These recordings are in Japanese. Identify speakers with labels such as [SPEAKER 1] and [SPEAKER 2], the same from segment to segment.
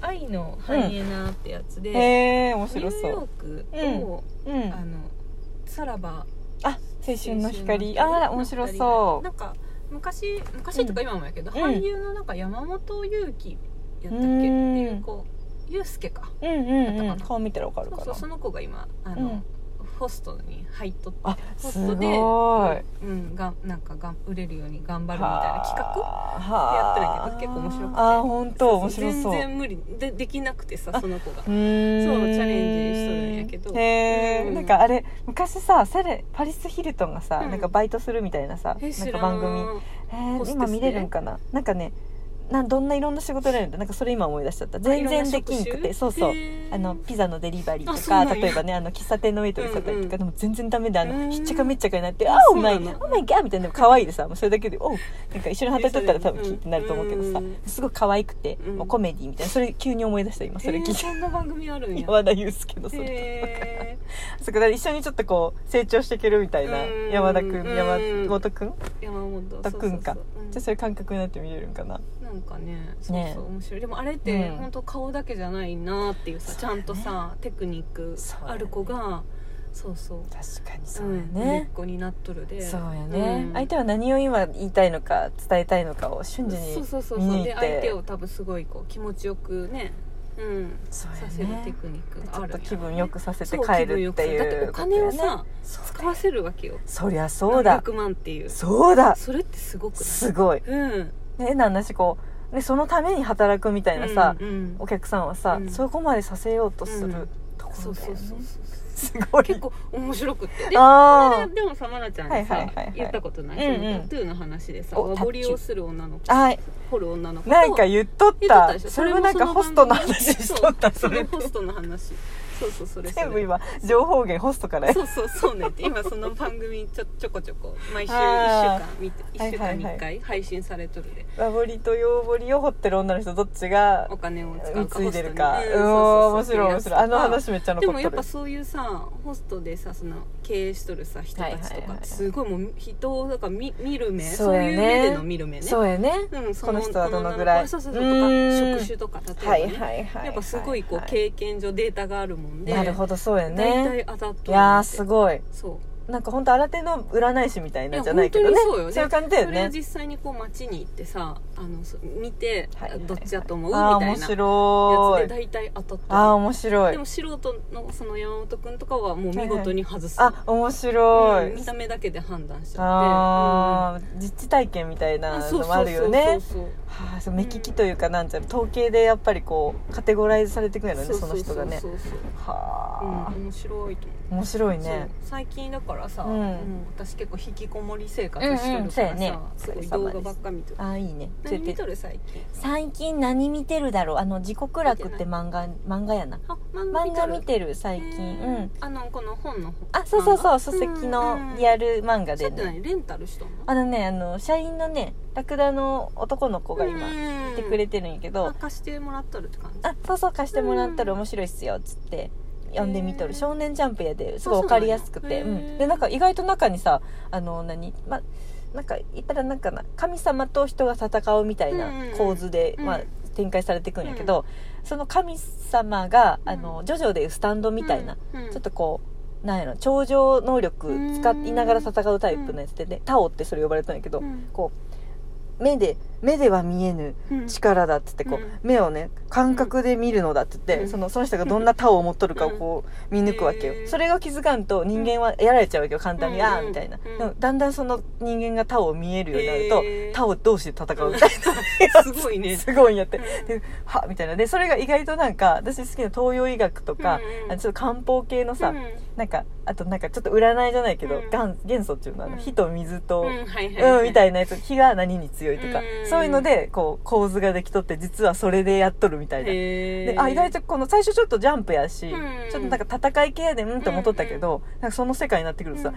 [SPEAKER 1] 愛のハイエナ」ってやつで、
[SPEAKER 2] へえ面
[SPEAKER 1] ニュ
[SPEAKER 2] 白
[SPEAKER 1] ー
[SPEAKER 2] そ
[SPEAKER 1] ヨ
[SPEAKER 2] う
[SPEAKER 1] ークと、
[SPEAKER 2] うん
[SPEAKER 1] あのさらば
[SPEAKER 2] あ青春の光
[SPEAKER 1] 青春の
[SPEAKER 2] ああ面白そ
[SPEAKER 1] なんか昔昔とか今もやけど、
[SPEAKER 2] うん
[SPEAKER 1] 俳優のなんか山本裕貴やったっけ、
[SPEAKER 2] う
[SPEAKER 1] っ
[SPEAKER 2] ん
[SPEAKER 1] ていう子裕介か
[SPEAKER 2] ううんうん
[SPEAKER 1] だ
[SPEAKER 2] う
[SPEAKER 1] ったか
[SPEAKER 2] ん
[SPEAKER 1] な
[SPEAKER 2] 顔見たらわかる
[SPEAKER 1] そう
[SPEAKER 2] か
[SPEAKER 1] そう
[SPEAKER 2] な
[SPEAKER 1] その子が今あの、ホストに入っとって
[SPEAKER 2] あ
[SPEAKER 1] ホ
[SPEAKER 2] す
[SPEAKER 1] ストで
[SPEAKER 2] ごい
[SPEAKER 1] うん、がんなんかがん売れるように頑張るみたいな企画
[SPEAKER 2] 画
[SPEAKER 1] でやったんやけど結構面白くて
[SPEAKER 2] あー本当面白
[SPEAKER 1] 全
[SPEAKER 2] そう
[SPEAKER 1] 然無理でできなくてさその子が
[SPEAKER 2] うーん
[SPEAKER 1] そうチャレンジしとるんやけど
[SPEAKER 2] へえ、
[SPEAKER 1] うん
[SPEAKER 2] なんかあれ昔さセレパリス・ヒルトンがさ、
[SPEAKER 1] うん
[SPEAKER 2] なんかバイトするみたいなさ
[SPEAKER 1] え
[SPEAKER 2] なん
[SPEAKER 1] 知
[SPEAKER 2] から番組
[SPEAKER 1] ん
[SPEAKER 2] え
[SPEAKER 1] ホステス
[SPEAKER 2] ー、
[SPEAKER 1] で
[SPEAKER 2] 今見れるんかななんかねなんどんないろんな仕事やるんだなんかそれ今思い出しちゃった全然できんくてそうそうあのピザのデリバリー
[SPEAKER 1] あ
[SPEAKER 2] と
[SPEAKER 1] そうな
[SPEAKER 2] か
[SPEAKER 1] んや
[SPEAKER 2] 例えばねあの喫茶店のウェイトレスだったりとか、
[SPEAKER 1] うんうん
[SPEAKER 2] でも全然ダメであ
[SPEAKER 1] うー
[SPEAKER 2] の
[SPEAKER 1] ん
[SPEAKER 2] ひっちゃかめっちゃかになって「
[SPEAKER 1] あ
[SPEAKER 2] あお前お
[SPEAKER 1] そうなの
[SPEAKER 2] 前ギャー」みたいなの可愛いでさもうそれだけで「おう」なんか一緒に働いとったら多分キーってなると思うけどさ
[SPEAKER 1] うん
[SPEAKER 2] すごい可愛くて、
[SPEAKER 1] うん
[SPEAKER 2] もうコメディみたいなそれ急に思い出した今それ聞い
[SPEAKER 1] えー
[SPEAKER 2] て、
[SPEAKER 1] そんな番組ある んや
[SPEAKER 2] 山田裕介のそれ。
[SPEAKER 1] へ
[SPEAKER 2] そこで一緒にちょっとこう成長していけるみたいな
[SPEAKER 1] うん
[SPEAKER 2] 山田君
[SPEAKER 1] うん
[SPEAKER 2] 山本君
[SPEAKER 1] ー山 本
[SPEAKER 2] とくんか
[SPEAKER 1] そうそうそううん
[SPEAKER 2] じゃあそういう感覚になって見れるんかな
[SPEAKER 1] なんかねそう
[SPEAKER 2] ね
[SPEAKER 1] そう面白いでもあれって
[SPEAKER 2] うん
[SPEAKER 1] 本当顔だけじゃないなっていうさ、
[SPEAKER 2] そう
[SPEAKER 1] ち
[SPEAKER 2] だ
[SPEAKER 1] ゃ
[SPEAKER 2] ね
[SPEAKER 1] んとさテクニック
[SPEAKER 2] そうだ
[SPEAKER 1] あ
[SPEAKER 2] ね
[SPEAKER 1] る子がそうそう
[SPEAKER 2] 確かにそうんや
[SPEAKER 1] 売れっ
[SPEAKER 2] ね、
[SPEAKER 1] 子になっとるで
[SPEAKER 2] そうやね、
[SPEAKER 1] うん
[SPEAKER 2] 相手は何を今言いたいのか伝えたいのかを瞬時に
[SPEAKER 1] そうそうそう
[SPEAKER 2] 見に
[SPEAKER 1] そ
[SPEAKER 2] 行
[SPEAKER 1] う
[SPEAKER 2] って
[SPEAKER 1] で相手を多分すごいこう気持ちよくねうん
[SPEAKER 2] そう
[SPEAKER 1] さ
[SPEAKER 2] や
[SPEAKER 1] せるテ
[SPEAKER 2] ね
[SPEAKER 1] クニック
[SPEAKER 2] ち
[SPEAKER 1] が
[SPEAKER 2] ょ
[SPEAKER 1] あ
[SPEAKER 2] っ
[SPEAKER 1] る
[SPEAKER 2] と
[SPEAKER 1] んや
[SPEAKER 2] 気分よくさせて
[SPEAKER 1] そう
[SPEAKER 2] 帰
[SPEAKER 1] 気分
[SPEAKER 2] るっ
[SPEAKER 1] よく
[SPEAKER 2] ていう
[SPEAKER 1] だってお金を
[SPEAKER 2] ことやね
[SPEAKER 1] さ使わせるわけよ
[SPEAKER 2] そりゃそうだ
[SPEAKER 1] 6万っていう
[SPEAKER 2] そうだ
[SPEAKER 1] それってすごくない
[SPEAKER 2] すごい
[SPEAKER 1] うん
[SPEAKER 2] 変な話こう、ね、そのために働くみたいなさ、
[SPEAKER 1] うんうん
[SPEAKER 2] お客さんはさ、
[SPEAKER 1] うん
[SPEAKER 2] そこまでさせようとす
[SPEAKER 1] う
[SPEAKER 2] る
[SPEAKER 1] ん
[SPEAKER 2] とこ
[SPEAKER 1] そ
[SPEAKER 2] ろ
[SPEAKER 1] う
[SPEAKER 2] だ
[SPEAKER 1] そ
[SPEAKER 2] よ
[SPEAKER 1] うそう
[SPEAKER 2] ね
[SPEAKER 1] そう
[SPEAKER 2] すごい
[SPEAKER 1] 結構面白くってで
[SPEAKER 2] あー
[SPEAKER 1] この間でもさまなちゃんにさ、
[SPEAKER 2] はいはいはいはい
[SPEAKER 1] 言ったことない、
[SPEAKER 2] うんうん
[SPEAKER 1] そのタトゥーの話でさ
[SPEAKER 2] お
[SPEAKER 1] 和彫りをする女の子
[SPEAKER 2] はい
[SPEAKER 1] 彫る女の子と
[SPEAKER 2] なんか言っとっ
[SPEAKER 1] 言っとったでしょ
[SPEAKER 2] それもなんかホストの話しとった
[SPEAKER 1] そ
[SPEAKER 2] そ
[SPEAKER 1] れ
[SPEAKER 2] れ
[SPEAKER 1] もホストの話そうそうそれそれ
[SPEAKER 2] 全部今情報源ホストからや
[SPEAKER 1] そうそうそうねって今その番組ちょちょこちょこ毎週1週
[SPEAKER 2] あー
[SPEAKER 1] 間見て
[SPEAKER 2] はい
[SPEAKER 1] 1週
[SPEAKER 2] は
[SPEAKER 1] 間
[SPEAKER 2] いはい
[SPEAKER 1] に1回配信されとるで
[SPEAKER 2] 和彫りと洋彫りを掘ってる女の人どっちが
[SPEAKER 1] お金を使うか
[SPEAKER 2] 貢い
[SPEAKER 1] ホス
[SPEAKER 2] で
[SPEAKER 1] ト
[SPEAKER 2] る
[SPEAKER 1] に
[SPEAKER 2] か
[SPEAKER 1] うん
[SPEAKER 2] う
[SPEAKER 1] そ
[SPEAKER 2] ん
[SPEAKER 1] うそうそう
[SPEAKER 2] 面白い面白いあの話めっちゃ
[SPEAKER 1] で
[SPEAKER 2] 残
[SPEAKER 1] も
[SPEAKER 2] っ
[SPEAKER 1] や
[SPEAKER 2] と
[SPEAKER 1] っぱ
[SPEAKER 2] る
[SPEAKER 1] そういうさホストでさその経営しとるさ人たち
[SPEAKER 2] は
[SPEAKER 1] と
[SPEAKER 2] いはい
[SPEAKER 1] か
[SPEAKER 2] はい
[SPEAKER 1] すごいもう人をなんか見見る目
[SPEAKER 2] そ
[SPEAKER 1] そうう
[SPEAKER 2] やね
[SPEAKER 1] いう目での見る目ね
[SPEAKER 2] そうやね
[SPEAKER 1] うん、
[SPEAKER 2] この人はどのぐらい
[SPEAKER 1] そうそうそうと
[SPEAKER 2] うーん
[SPEAKER 1] か職種とか例えば、ね
[SPEAKER 2] はいはいはい
[SPEAKER 1] やっぱすごいこう経
[SPEAKER 2] 営
[SPEAKER 1] 験上データがあるもんで
[SPEAKER 2] なるほどそうや
[SPEAKER 1] 大体
[SPEAKER 2] ね
[SPEAKER 1] 当たっとる
[SPEAKER 2] いやーす
[SPEAKER 1] い
[SPEAKER 2] ごい
[SPEAKER 1] そう
[SPEAKER 2] なんか本当新手の占い師みたい
[SPEAKER 1] い
[SPEAKER 2] な
[SPEAKER 1] や
[SPEAKER 2] んじゃないけど
[SPEAKER 1] 本
[SPEAKER 2] ね
[SPEAKER 1] 当にそうよね
[SPEAKER 2] いう感じだよ
[SPEAKER 1] それを
[SPEAKER 2] ね
[SPEAKER 1] 実際にこう街に行ってさあのそ見て、
[SPEAKER 2] はいはいはい
[SPEAKER 1] どっちやと思うみ
[SPEAKER 2] ああー
[SPEAKER 1] たい
[SPEAKER 2] 面
[SPEAKER 1] な
[SPEAKER 2] 白
[SPEAKER 1] やつで大
[SPEAKER 2] い
[SPEAKER 1] 体当たってる
[SPEAKER 2] ああー面白
[SPEAKER 1] で
[SPEAKER 2] い
[SPEAKER 1] も素人のその山本君とかはもう見事に外す、
[SPEAKER 2] あ面白
[SPEAKER 1] うん見
[SPEAKER 2] い
[SPEAKER 1] た目だけで判断しちゃって
[SPEAKER 2] あー実地体験みたい
[SPEAKER 1] うん
[SPEAKER 2] な
[SPEAKER 1] あそ
[SPEAKER 2] の
[SPEAKER 1] うそ
[SPEAKER 2] もあ
[SPEAKER 1] う
[SPEAKER 2] る
[SPEAKER 1] そ
[SPEAKER 2] よ
[SPEAKER 1] う
[SPEAKER 2] ね
[SPEAKER 1] そう
[SPEAKER 2] はあ、そう目利きというかなんちゃう統計でやっぱりこうカテゴライズされていくんやろね
[SPEAKER 1] そう
[SPEAKER 2] その人がね
[SPEAKER 1] そうそうそううん
[SPEAKER 2] はあ、
[SPEAKER 1] 面白いと思って
[SPEAKER 2] 面白い
[SPEAKER 1] そう
[SPEAKER 2] ね
[SPEAKER 1] 最近だからさ、
[SPEAKER 2] うん
[SPEAKER 1] もう私結構引きこもり生活してるからさ、
[SPEAKER 2] うんうんそうやね
[SPEAKER 1] すごい動画ばっか見てる
[SPEAKER 2] ああいいね
[SPEAKER 1] 何見
[SPEAKER 2] ちょっと
[SPEAKER 1] とる最近
[SPEAKER 2] 最近何見てるだろうあの「時刻楽」って漫画漫画やな
[SPEAKER 1] あ漫画
[SPEAKER 2] 漫
[SPEAKER 1] 見と
[SPEAKER 2] 画
[SPEAKER 1] る
[SPEAKER 2] 見てる最近
[SPEAKER 1] へー
[SPEAKER 2] うん
[SPEAKER 1] あのこの本の方
[SPEAKER 2] あそうそうそ
[SPEAKER 1] 漫
[SPEAKER 2] う
[SPEAKER 1] 画
[SPEAKER 2] 書籍
[SPEAKER 1] うんう
[SPEAKER 2] の
[SPEAKER 1] ん
[SPEAKER 2] リアル漫画
[SPEAKER 1] ちょ
[SPEAKER 2] で
[SPEAKER 1] っと
[SPEAKER 2] ね
[SPEAKER 1] ねレンタルしたの
[SPEAKER 2] あのねあの社員のねラクダの男の子が今
[SPEAKER 1] 今
[SPEAKER 2] 来てくれ
[SPEAKER 1] て
[SPEAKER 2] てるんやけど
[SPEAKER 1] 明かしてもらっとるって感じ
[SPEAKER 2] あそうそう貸してもらったら面白いっすよっつって読んでみとる
[SPEAKER 1] へ
[SPEAKER 2] 「
[SPEAKER 1] ー
[SPEAKER 2] 少年ジャンプ」やですごい分かりやすくて
[SPEAKER 1] あ
[SPEAKER 2] う
[SPEAKER 1] そうんなんやへー
[SPEAKER 2] でなんか意外と中にさあの何まなんか言ったらなんかな神様と人が戦うみたいな
[SPEAKER 1] うん
[SPEAKER 2] 構図で、
[SPEAKER 1] うん
[SPEAKER 2] まあ、展開されていくんやけど、その神様があのジョジョでいうスタンドみたいな、、
[SPEAKER 1] うんうん
[SPEAKER 2] ちょっとこうなんやろ超常能力使いながら戦うタイプのやつで、ね、タオってそれ呼ばれたんやけど、
[SPEAKER 1] うん
[SPEAKER 2] こう目で目では見えぬ
[SPEAKER 1] うん
[SPEAKER 2] 力だっつってこう、
[SPEAKER 1] うん
[SPEAKER 2] 目をね感覚で見るのだっつって、
[SPEAKER 1] うん
[SPEAKER 2] そのその人がどんなタオを持っとるかを
[SPEAKER 1] うん
[SPEAKER 2] こう見抜くわけよ、
[SPEAKER 1] へー
[SPEAKER 2] それが気づかんと人間はやられちゃうわけよ簡単に、
[SPEAKER 1] うん
[SPEAKER 2] ああみたいな、
[SPEAKER 1] うん
[SPEAKER 2] でもだんだんその人間がタオを見えるようになると、
[SPEAKER 1] へー
[SPEAKER 2] タオ同士で戦うみたいな、
[SPEAKER 1] すごいね
[SPEAKER 2] すごいんやって、
[SPEAKER 1] うん
[SPEAKER 2] ではみたいなでそれが意外となんか私好きな東洋医学とか、
[SPEAKER 1] うんうん
[SPEAKER 2] あのちょっと漢方系のさ、
[SPEAKER 1] うん
[SPEAKER 2] なんかあとなんかちょっと占いじゃないけど、
[SPEAKER 1] うん
[SPEAKER 2] 元元素っていうのはあの
[SPEAKER 1] うん
[SPEAKER 2] 火と水と、
[SPEAKER 1] うんはいはい、
[SPEAKER 2] うん、みた
[SPEAKER 1] い
[SPEAKER 2] いなやつ火が何に強いとか、
[SPEAKER 1] うん
[SPEAKER 2] そういうのでこう構図ができとって実はそれでやっとるみたいな、
[SPEAKER 1] で
[SPEAKER 2] であ意外とこの最初ちょっとジャンプやし、
[SPEAKER 1] うん
[SPEAKER 2] ちょっとなんか戦い系やでうんって思っとったけど、なんかその世界になってくるとさ、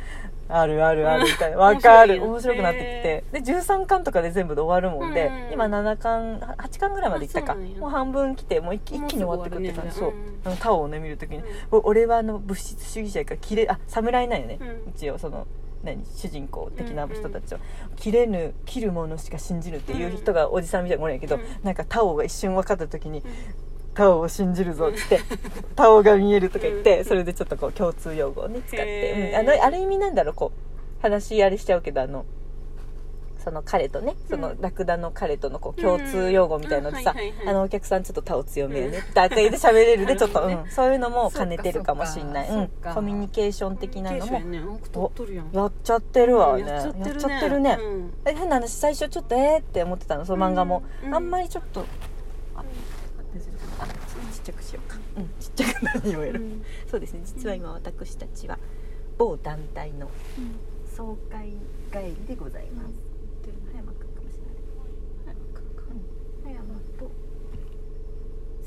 [SPEAKER 2] あるあるあるみたいな
[SPEAKER 1] うん
[SPEAKER 2] わかる面
[SPEAKER 1] 面白
[SPEAKER 2] 白く
[SPEAKER 1] いよ
[SPEAKER 2] なってきてで13巻とかで全部で終わるもんで、
[SPEAKER 1] うん
[SPEAKER 2] 今7巻8巻ぐらいまでいったか
[SPEAKER 1] あそうなんや
[SPEAKER 2] もう半分来てもう一気一気に終わってくるって感じ、そ
[SPEAKER 1] も
[SPEAKER 2] う
[SPEAKER 1] うすぐ終わるね
[SPEAKER 2] あのタオをね見るときに、
[SPEAKER 1] うん
[SPEAKER 2] お俺はあの物質主義者やから切れあ侍なんよね、
[SPEAKER 1] うん
[SPEAKER 2] 一応その何主人公的な人たちは、切れぬ切るものしか信じるっていう人がおじさんみたいなもんやけど、
[SPEAKER 1] うん
[SPEAKER 2] なんかタオが一瞬分かった時に、タオを信じるぞ」っつって 「タオが見える」とか言ってそれでちょっとこう共通用語をね使って
[SPEAKER 1] へ、
[SPEAKER 2] うん
[SPEAKER 1] ー
[SPEAKER 2] あのある意味なんだろうこう話あれしちゃうけどあのその彼とねその
[SPEAKER 1] うん
[SPEAKER 2] ラクダの彼とのこう共通用語みたいのでさ、
[SPEAKER 1] うんあはいはいはい
[SPEAKER 2] あのお客さんちょっとタオ強めでねって悪意で喋れるでちょっ と、
[SPEAKER 1] なるほど
[SPEAKER 2] うん、そういうのも兼ねてるかもしんない
[SPEAKER 3] そっか
[SPEAKER 2] うん
[SPEAKER 3] そっか
[SPEAKER 2] コミュニケーション的なのも
[SPEAKER 1] ね多く取っとるやん
[SPEAKER 2] やっちゃってるわね
[SPEAKER 1] やっちゃってるね
[SPEAKER 2] やっちゃってるね
[SPEAKER 1] うん
[SPEAKER 2] え変な話最初ちょっとえーって思ってたのその漫画も、
[SPEAKER 1] うん
[SPEAKER 2] あんまりちょっとああちっちゃくしようかうんちっちゃく何をや
[SPEAKER 1] う
[SPEAKER 2] る、
[SPEAKER 1] ん
[SPEAKER 2] そうですね実は今私たちは某団体の総会帰りでございます、という葉山くんかもしれない葉山と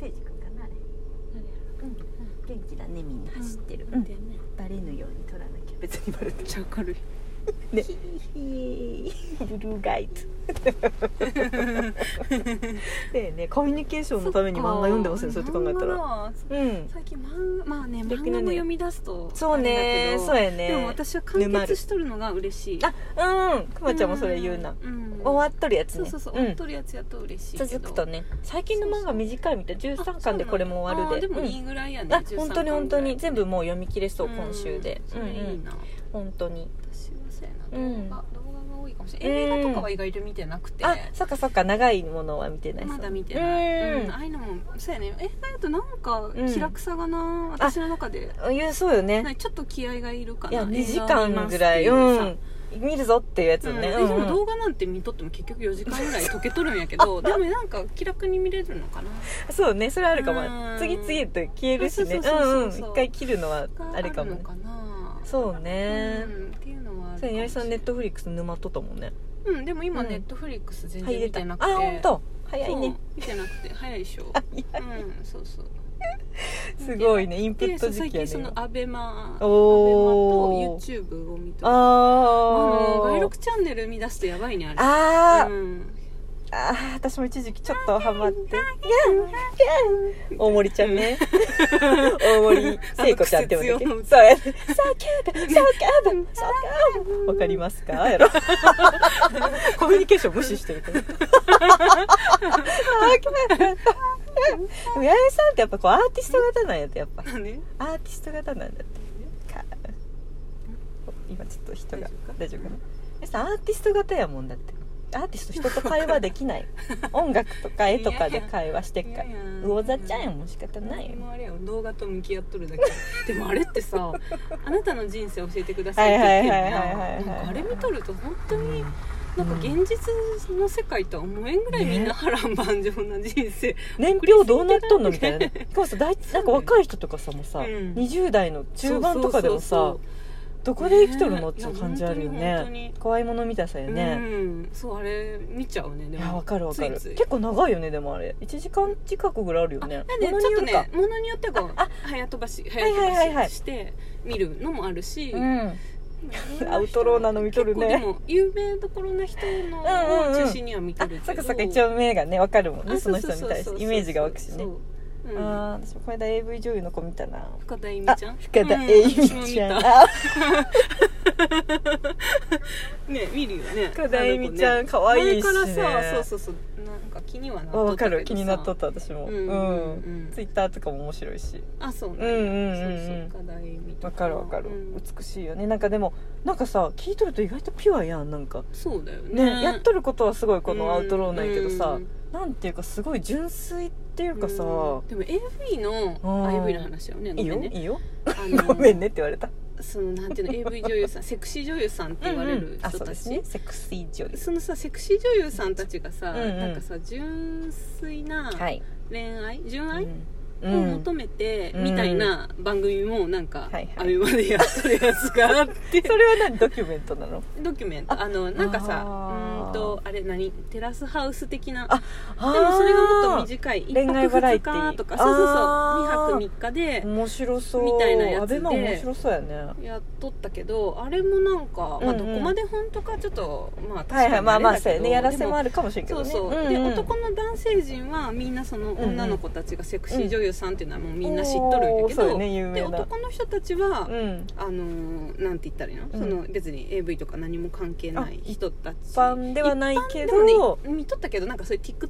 [SPEAKER 2] 誠治くんかなあれ元気だねみんな走ってる、
[SPEAKER 1] うんだよね
[SPEAKER 2] バレぬように取らなきゃ別にバレて
[SPEAKER 1] めっちゃ明るい
[SPEAKER 2] ね、ヒーブルーガイドで ねコミュニケーションのために漫画読んでますねそうやって考えた
[SPEAKER 1] 漫画
[SPEAKER 2] ら
[SPEAKER 1] は
[SPEAKER 2] うん
[SPEAKER 1] 最近漫画まあね漫
[SPEAKER 2] 逆にね
[SPEAKER 1] 画も読み出すと
[SPEAKER 2] そうね
[SPEAKER 1] あれだけど
[SPEAKER 2] そうやね
[SPEAKER 1] でも私は完結しとるのが嬉しい
[SPEAKER 2] あうんくまちゃんもそれ言うな、
[SPEAKER 1] ん
[SPEAKER 2] 終わっとるやつ
[SPEAKER 1] そう
[SPEAKER 2] ね
[SPEAKER 1] そうそう
[SPEAKER 2] うん
[SPEAKER 1] 終わっとるやつやと嬉しいけど
[SPEAKER 2] 続くとね最近の漫画短いみたい
[SPEAKER 1] あ
[SPEAKER 2] 13巻でこれも終わるで
[SPEAKER 1] そうなんやあーでもいい
[SPEAKER 2] うん
[SPEAKER 1] ぐらいやね
[SPEAKER 2] あ本当に本当に全部
[SPEAKER 1] も
[SPEAKER 2] もう読み切れそう今週で
[SPEAKER 1] それいいな
[SPEAKER 2] 本当に
[SPEAKER 1] 私はそうやな
[SPEAKER 2] うん
[SPEAKER 1] 動画動画が多いかもしれない映画とかは意外と見てなくて
[SPEAKER 2] あそっかそっか長いものは見てない
[SPEAKER 1] まだ見てない、
[SPEAKER 2] うん
[SPEAKER 1] うんああいうのもそうやね映画やとなんか気楽さがな、私の中で
[SPEAKER 2] いやそうよね
[SPEAKER 1] なんかちょっと気合がいるか
[SPEAKER 2] い
[SPEAKER 1] な
[SPEAKER 2] や2
[SPEAKER 1] 映
[SPEAKER 2] 時
[SPEAKER 1] 画を見
[SPEAKER 2] 間
[SPEAKER 1] ます
[SPEAKER 2] ぐ
[SPEAKER 1] っ
[SPEAKER 2] ら
[SPEAKER 1] て
[SPEAKER 2] い
[SPEAKER 1] いう
[SPEAKER 2] う
[SPEAKER 1] さ
[SPEAKER 2] ん見るぞっていうやつ
[SPEAKER 1] うん
[SPEAKER 2] ね、
[SPEAKER 1] え
[SPEAKER 2] うん
[SPEAKER 1] で
[SPEAKER 2] うん
[SPEAKER 1] も動画なんて見とっても結局4時間ぐらい溶けとるんやけ どでもなんか気楽に見れるのかな
[SPEAKER 2] そうねそれあるかも
[SPEAKER 1] うん
[SPEAKER 2] 次々と消えるし
[SPEAKER 1] そううそ
[SPEAKER 2] ね
[SPEAKER 1] うそ
[SPEAKER 2] んう
[SPEAKER 1] うんそう
[SPEAKER 2] 一回切るのは
[SPEAKER 1] が
[SPEAKER 2] あれかも
[SPEAKER 1] る
[SPEAKER 2] ね
[SPEAKER 1] のかな
[SPEAKER 2] そうね
[SPEAKER 1] うん、っていうのはある
[SPEAKER 2] そ
[SPEAKER 1] かも
[SPEAKER 2] れ
[SPEAKER 1] し
[SPEAKER 2] 八
[SPEAKER 1] れ
[SPEAKER 2] 重さんネットフリックス沼っとったもんね
[SPEAKER 1] うんでも今
[SPEAKER 2] うん
[SPEAKER 1] ネットフリックス全
[SPEAKER 2] 入
[SPEAKER 1] 然
[SPEAKER 2] れ
[SPEAKER 1] 見
[SPEAKER 2] た
[SPEAKER 1] て
[SPEAKER 2] あ
[SPEAKER 1] なくて、
[SPEAKER 2] 本当早いね
[SPEAKER 1] そう見てなくて早いでしょうんそうそう
[SPEAKER 2] すごいねインプ
[SPEAKER 1] で
[SPEAKER 2] ット
[SPEAKER 1] そう
[SPEAKER 2] 時
[SPEAKER 1] 最
[SPEAKER 2] 期や
[SPEAKER 1] 近
[SPEAKER 2] ね
[SPEAKER 1] その
[SPEAKER 2] 今
[SPEAKER 1] アベマアベマ
[SPEAKER 2] おー
[SPEAKER 1] と YouTube を見てあの
[SPEAKER 2] あ
[SPEAKER 1] 外
[SPEAKER 2] ー
[SPEAKER 1] 録チャンネル見出すとやばいねあれ
[SPEAKER 2] あー
[SPEAKER 1] うん、
[SPEAKER 2] あー私も一時期ちょっとハマって大森ちゃんね大森聖子ちゃんって呼んで
[SPEAKER 1] あの
[SPEAKER 2] る
[SPEAKER 1] 癖
[SPEAKER 2] そうやね「そうキューブそうキューブそうキューブ」わかりますかやろコミュニケーション無視してる からあーキューブでも八重さんってやっぱこうアーティスト型なんやってやっぱ
[SPEAKER 1] ね
[SPEAKER 2] アーティスト型なんだってかお今ちょっと人が大
[SPEAKER 1] 大
[SPEAKER 2] 丈
[SPEAKER 1] 丈
[SPEAKER 2] 夫
[SPEAKER 1] 夫か
[SPEAKER 2] かなえさアーティスト型やもんだってアーティスト人と会話できない音楽とか絵とかで会話してっから
[SPEAKER 1] いやいや
[SPEAKER 2] 魚座ちゃんやもん仕方ないよ
[SPEAKER 1] もうあれや動画と向き合っとるだ けでもあれってさあなたの人生教えてくださいって言ってる
[SPEAKER 2] はいはいはいはいはい
[SPEAKER 1] やんなんかあれ見とると本当になんか現実の世界とは思えんぐらいみんな波乱万丈な人生、
[SPEAKER 2] 年表どうなっとんのみたいなね今日さ大なんか若い人とかさもさ、
[SPEAKER 1] うん
[SPEAKER 2] 20代の中盤とかでも
[SPEAKER 1] そう
[SPEAKER 2] さ
[SPEAKER 1] そうそう
[SPEAKER 2] どこで生きとるのっていう感じあるよ
[SPEAKER 1] いや本当に
[SPEAKER 2] ね
[SPEAKER 1] 本当に
[SPEAKER 2] 怖いもの見たさよ
[SPEAKER 1] う
[SPEAKER 2] ね、
[SPEAKER 1] ん、そうあれ見ちゃうねで
[SPEAKER 2] いや
[SPEAKER 1] も
[SPEAKER 2] わかるわかる
[SPEAKER 1] ついつい
[SPEAKER 2] 結構長いよねでもあれ1時間近くぐらいあるよ
[SPEAKER 1] あ
[SPEAKER 2] ね
[SPEAKER 1] なんでちょ
[SPEAKER 2] 物に
[SPEAKER 1] っ
[SPEAKER 2] よ
[SPEAKER 1] と
[SPEAKER 2] るか
[SPEAKER 1] ねものによっては
[SPEAKER 2] あ
[SPEAKER 1] 早飛ばし
[SPEAKER 2] いはいはいはい
[SPEAKER 1] 早飛ばしして見るのもあるし、
[SPEAKER 2] うん
[SPEAKER 1] うん
[SPEAKER 2] アウトローなの見とるね
[SPEAKER 1] 結構でも有名どころな人のを
[SPEAKER 2] うんうんうん
[SPEAKER 1] 中心には見と
[SPEAKER 2] あ
[SPEAKER 1] るけど
[SPEAKER 2] そっかそっか一応目がねわかるもんね
[SPEAKER 1] あ
[SPEAKER 2] その人に対し
[SPEAKER 1] そうそうそうそう
[SPEAKER 2] てイメージが湧くしね
[SPEAKER 1] そううん
[SPEAKER 2] ああー私もこの間 AV 女優の子見たな
[SPEAKER 1] 深田恵美
[SPEAKER 2] あ
[SPEAKER 1] ちゃん
[SPEAKER 2] 深田
[SPEAKER 1] うん
[SPEAKER 2] 栄美ちゃ
[SPEAKER 1] 私も
[SPEAKER 2] ん
[SPEAKER 1] 見
[SPEAKER 2] あ
[SPEAKER 1] たね見るよね
[SPEAKER 2] 深田恵美ちゃん
[SPEAKER 1] あの子ね
[SPEAKER 2] 可愛いしね
[SPEAKER 1] 前からさそうそうそうなんか気にはなっ
[SPEAKER 2] あ
[SPEAKER 1] と
[SPEAKER 2] わ
[SPEAKER 1] った
[SPEAKER 2] か
[SPEAKER 1] けど
[SPEAKER 2] る
[SPEAKER 1] さ
[SPEAKER 2] 気になっとった私も
[SPEAKER 1] う
[SPEAKER 2] うん
[SPEAKER 1] うんん
[SPEAKER 2] ツイッターとかも面白いし
[SPEAKER 1] あそうね
[SPEAKER 2] うんうんうんうん
[SPEAKER 1] そうそう深田恵美と
[SPEAKER 2] わかるわか
[SPEAKER 1] う
[SPEAKER 2] る
[SPEAKER 1] ん
[SPEAKER 2] 美しいよねなんかでもなんかさ聞いとると意外とピュアやんなんか
[SPEAKER 1] そうだよね
[SPEAKER 2] ねやっとることはすごいこのアウトローなんやけど
[SPEAKER 1] う
[SPEAKER 2] さ
[SPEAKER 1] ん
[SPEAKER 2] なんていうかすごい純粋っていうかさ
[SPEAKER 1] うんでも AV の
[SPEAKER 2] うん
[SPEAKER 1] あ AV の話だよね
[SPEAKER 2] いいよ
[SPEAKER 1] ごめんね
[SPEAKER 2] いいよ
[SPEAKER 1] あの
[SPEAKER 2] ごめんねって言われた
[SPEAKER 1] そのなんて いうの AV 女優さんセクシー女優さんって言われる
[SPEAKER 2] あ
[SPEAKER 1] 人
[SPEAKER 2] そうで
[SPEAKER 1] た
[SPEAKER 2] す
[SPEAKER 1] ち、
[SPEAKER 2] ねセクシー女優
[SPEAKER 1] そのさセクシー女優さんたちがさ、
[SPEAKER 2] うんうん
[SPEAKER 1] なんかさ純粋な
[SPEAKER 2] はい
[SPEAKER 1] 恋愛純愛、
[SPEAKER 2] う
[SPEAKER 1] を
[SPEAKER 2] ん
[SPEAKER 1] 求めて、
[SPEAKER 2] うん
[SPEAKER 1] みたいな番組もなんか、
[SPEAKER 2] はいはい
[SPEAKER 1] あれまでやっとるやつがあ って
[SPEAKER 2] それは何ドキュメントなの
[SPEAKER 1] ドキュメントあのなんかさう
[SPEAKER 2] あー
[SPEAKER 1] ーんとあれ何テラスハウス的な
[SPEAKER 2] あ
[SPEAKER 1] でもそれがもっと
[SPEAKER 2] い
[SPEAKER 1] 短い1
[SPEAKER 2] 恋愛
[SPEAKER 1] 泊
[SPEAKER 2] バラエ
[SPEAKER 1] 2
[SPEAKER 2] ティー
[SPEAKER 1] 日とかそうそうそう
[SPEAKER 2] あ
[SPEAKER 1] 2
[SPEAKER 2] ー
[SPEAKER 1] 泊3日で
[SPEAKER 2] 面白そう
[SPEAKER 1] みたいなやつで
[SPEAKER 2] アベマ面白そうやねは
[SPEAKER 1] やっとったけどあれもなんか、まあ、
[SPEAKER 2] うんう
[SPEAKER 1] ど
[SPEAKER 2] ん
[SPEAKER 1] こまで本当かちょっとまあ確かに
[SPEAKER 2] いはいまあまあそうやねやら
[SPEAKER 1] で
[SPEAKER 2] せ
[SPEAKER 1] も
[SPEAKER 2] もあるかもしれんけ
[SPEAKER 1] そう
[SPEAKER 2] どね
[SPEAKER 1] そう、
[SPEAKER 2] ん
[SPEAKER 1] で
[SPEAKER 2] ん
[SPEAKER 1] 男の男性陣はみんなその女の子たちがセクシー女優さんっていうのはもうみんな知っとるんやけど、
[SPEAKER 2] おーそうやね有名
[SPEAKER 1] で
[SPEAKER 2] な
[SPEAKER 1] 男の人たちは、
[SPEAKER 2] うん
[SPEAKER 1] あのーなんて言ったらいいの,、
[SPEAKER 2] ん
[SPEAKER 1] その別に AV とか何も関係ない人たち
[SPEAKER 2] 一般ではないけど
[SPEAKER 1] 一般でもね見とったけどなんかそういう TikTok ッ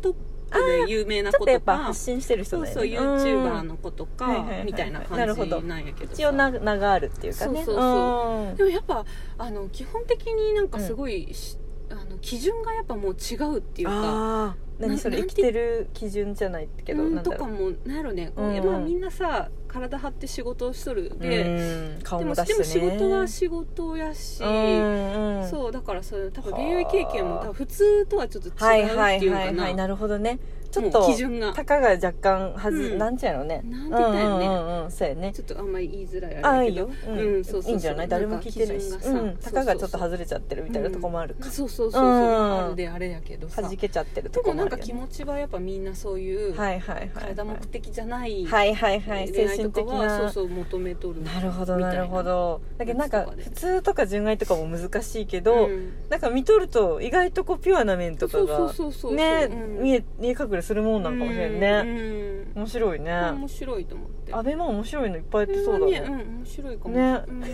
[SPEAKER 1] クで有名な
[SPEAKER 2] ちょ
[SPEAKER 1] 子
[SPEAKER 2] っとや
[SPEAKER 1] と
[SPEAKER 2] っぱ
[SPEAKER 1] か
[SPEAKER 2] 発信してる人
[SPEAKER 1] そう
[SPEAKER 2] だよ
[SPEAKER 1] そう
[SPEAKER 2] ね
[SPEAKER 1] YouTuber の子と
[SPEAKER 2] はい
[SPEAKER 1] か
[SPEAKER 2] はいはい
[SPEAKER 1] みたいな
[SPEAKER 2] な
[SPEAKER 1] 感
[SPEAKER 2] るほ
[SPEAKER 1] じ
[SPEAKER 2] ど
[SPEAKER 1] なんやけ
[SPEAKER 2] うん
[SPEAKER 1] ど
[SPEAKER 2] 一応
[SPEAKER 1] さ
[SPEAKER 2] な名があるっていうかね
[SPEAKER 1] そうそうそでもやっぱあの基本的になんかすごいし、あの基準がやっぱもう違うっていうか
[SPEAKER 2] あー何それ
[SPEAKER 1] な
[SPEAKER 2] 生
[SPEAKER 1] んて
[SPEAKER 2] きてる基準じゃないけど
[SPEAKER 1] うん
[SPEAKER 2] なん
[SPEAKER 1] と
[SPEAKER 2] だろ
[SPEAKER 1] か
[SPEAKER 2] う
[SPEAKER 1] もなんやろね、こう
[SPEAKER 2] うんうん
[SPEAKER 1] まあ、みんなさ体張って仕事をしとるで、
[SPEAKER 2] うん顔
[SPEAKER 1] で
[SPEAKER 2] も
[SPEAKER 1] も
[SPEAKER 2] 出
[SPEAKER 1] でも
[SPEAKER 2] し
[SPEAKER 1] 仕
[SPEAKER 2] てね
[SPEAKER 1] 事は仕事やし、
[SPEAKER 2] うんうん
[SPEAKER 1] そうだからそれ多分
[SPEAKER 2] はあ
[SPEAKER 1] 恋愛経験も多分普通とはちょっと違う
[SPEAKER 2] はいは
[SPEAKER 1] ってい
[SPEAKER 2] いう
[SPEAKER 1] か
[SPEAKER 2] はい
[SPEAKER 1] な,、
[SPEAKER 2] はいなるほどねちょっ
[SPEAKER 1] もう
[SPEAKER 2] と
[SPEAKER 1] 基準が
[SPEAKER 2] たかが若干はず、
[SPEAKER 1] うん
[SPEAKER 2] なんちゃうのね
[SPEAKER 1] なんて言ったよね
[SPEAKER 2] うんうんうんそうやね
[SPEAKER 1] ちょっとあんまり言いづらい
[SPEAKER 2] あ
[SPEAKER 1] あ
[SPEAKER 2] あ
[SPEAKER 1] れ
[SPEAKER 2] い
[SPEAKER 1] や
[SPEAKER 2] い
[SPEAKER 1] けど
[SPEAKER 2] よ、
[SPEAKER 1] うんそうそうそう
[SPEAKER 2] いいんじゃない誰も聞いてないし
[SPEAKER 1] なんか基準がさ
[SPEAKER 2] うん、たかがちょっと
[SPEAKER 1] そうそうそう
[SPEAKER 2] 外れちゃってるみたいなとこもあるか、
[SPEAKER 1] そうそうそうそう、
[SPEAKER 2] うん
[SPEAKER 1] あれであれやけどさ
[SPEAKER 2] 弾けちゃってる
[SPEAKER 1] で
[SPEAKER 2] とこ
[SPEAKER 1] もな
[SPEAKER 2] もあ
[SPEAKER 1] ん
[SPEAKER 2] る
[SPEAKER 1] か
[SPEAKER 2] よ、ね、
[SPEAKER 1] 気持ちはやっぱみんなそういう
[SPEAKER 2] はいはいはい
[SPEAKER 1] 体目的じゃない
[SPEAKER 2] はいはいはい
[SPEAKER 1] 恋
[SPEAKER 2] 精
[SPEAKER 1] 愛と
[SPEAKER 2] 神
[SPEAKER 1] か
[SPEAKER 2] 的
[SPEAKER 1] は
[SPEAKER 2] な
[SPEAKER 1] そうそう求めとる
[SPEAKER 2] なるほど
[SPEAKER 1] みた
[SPEAKER 2] ない
[SPEAKER 1] な
[SPEAKER 2] るほどだけどな
[SPEAKER 1] や
[SPEAKER 2] ん
[SPEAKER 1] つ
[SPEAKER 2] か
[SPEAKER 1] とかで
[SPEAKER 2] 普通とか純愛とかも難しいけど、
[SPEAKER 1] うん
[SPEAKER 2] なんか見とると意外とこうピュアな面とか
[SPEAKER 1] そう
[SPEAKER 2] が
[SPEAKER 1] そうそうそう
[SPEAKER 2] ね、
[SPEAKER 1] うん
[SPEAKER 2] 見え見え隠れするもんなんかもしれんね、
[SPEAKER 1] うん
[SPEAKER 2] 面白いね、
[SPEAKER 1] 面白いと思って
[SPEAKER 2] アベマ面白いのいっぱいあって
[SPEAKER 1] そ
[SPEAKER 2] そうだ
[SPEAKER 1] れはね
[SPEAKER 2] ね
[SPEAKER 1] うん面白いかも
[SPEAKER 2] ね
[SPEAKER 1] うん面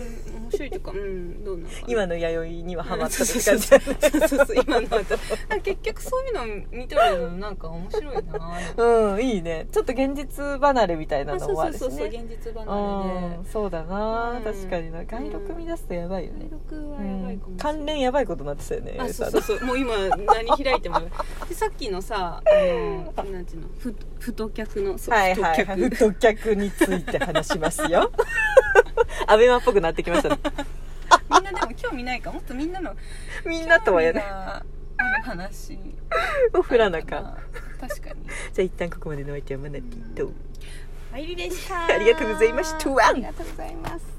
[SPEAKER 1] 白いというかうんどうなのかな
[SPEAKER 2] 今の弥生にはハマったって
[SPEAKER 1] そ
[SPEAKER 2] 感
[SPEAKER 1] う
[SPEAKER 2] じだね
[SPEAKER 1] そうそうそう今のはあ結局そういうの見とるのなんか面 白いなあ
[SPEAKER 2] うんいいねちょっと現実離れみたいなの
[SPEAKER 1] そう
[SPEAKER 2] もあ
[SPEAKER 1] そう
[SPEAKER 2] るし
[SPEAKER 1] そうそう
[SPEAKER 2] ね
[SPEAKER 1] 現実離れ
[SPEAKER 2] うんそうだな、
[SPEAKER 1] うん
[SPEAKER 2] 確かにな外録見出すとやばいよ
[SPEAKER 1] で
[SPEAKER 2] ね
[SPEAKER 1] 外、録
[SPEAKER 2] う
[SPEAKER 1] はやばいかもしれな
[SPEAKER 2] ん、
[SPEAKER 1] い
[SPEAKER 2] 関連やばいことになってたよね
[SPEAKER 1] あそう
[SPEAKER 2] さ
[SPEAKER 1] そうそうもう今何開いてもでさっきのさあのなんていうのふ太客のそう
[SPEAKER 2] はいはい
[SPEAKER 1] 太
[SPEAKER 2] は
[SPEAKER 1] 客
[SPEAKER 2] い太客について話しますよアベマっぽくなってきましたね
[SPEAKER 1] みんなでも興味ないかもっとみんなの
[SPEAKER 2] みんなとはや
[SPEAKER 1] 興味
[SPEAKER 2] ね
[SPEAKER 1] がある話
[SPEAKER 2] お風呂なか
[SPEAKER 1] 確 かに
[SPEAKER 2] じゃあ一旦ここまでのお相手はマナティと
[SPEAKER 1] 入りでした
[SPEAKER 2] ありがとうございました
[SPEAKER 1] ありがとうございます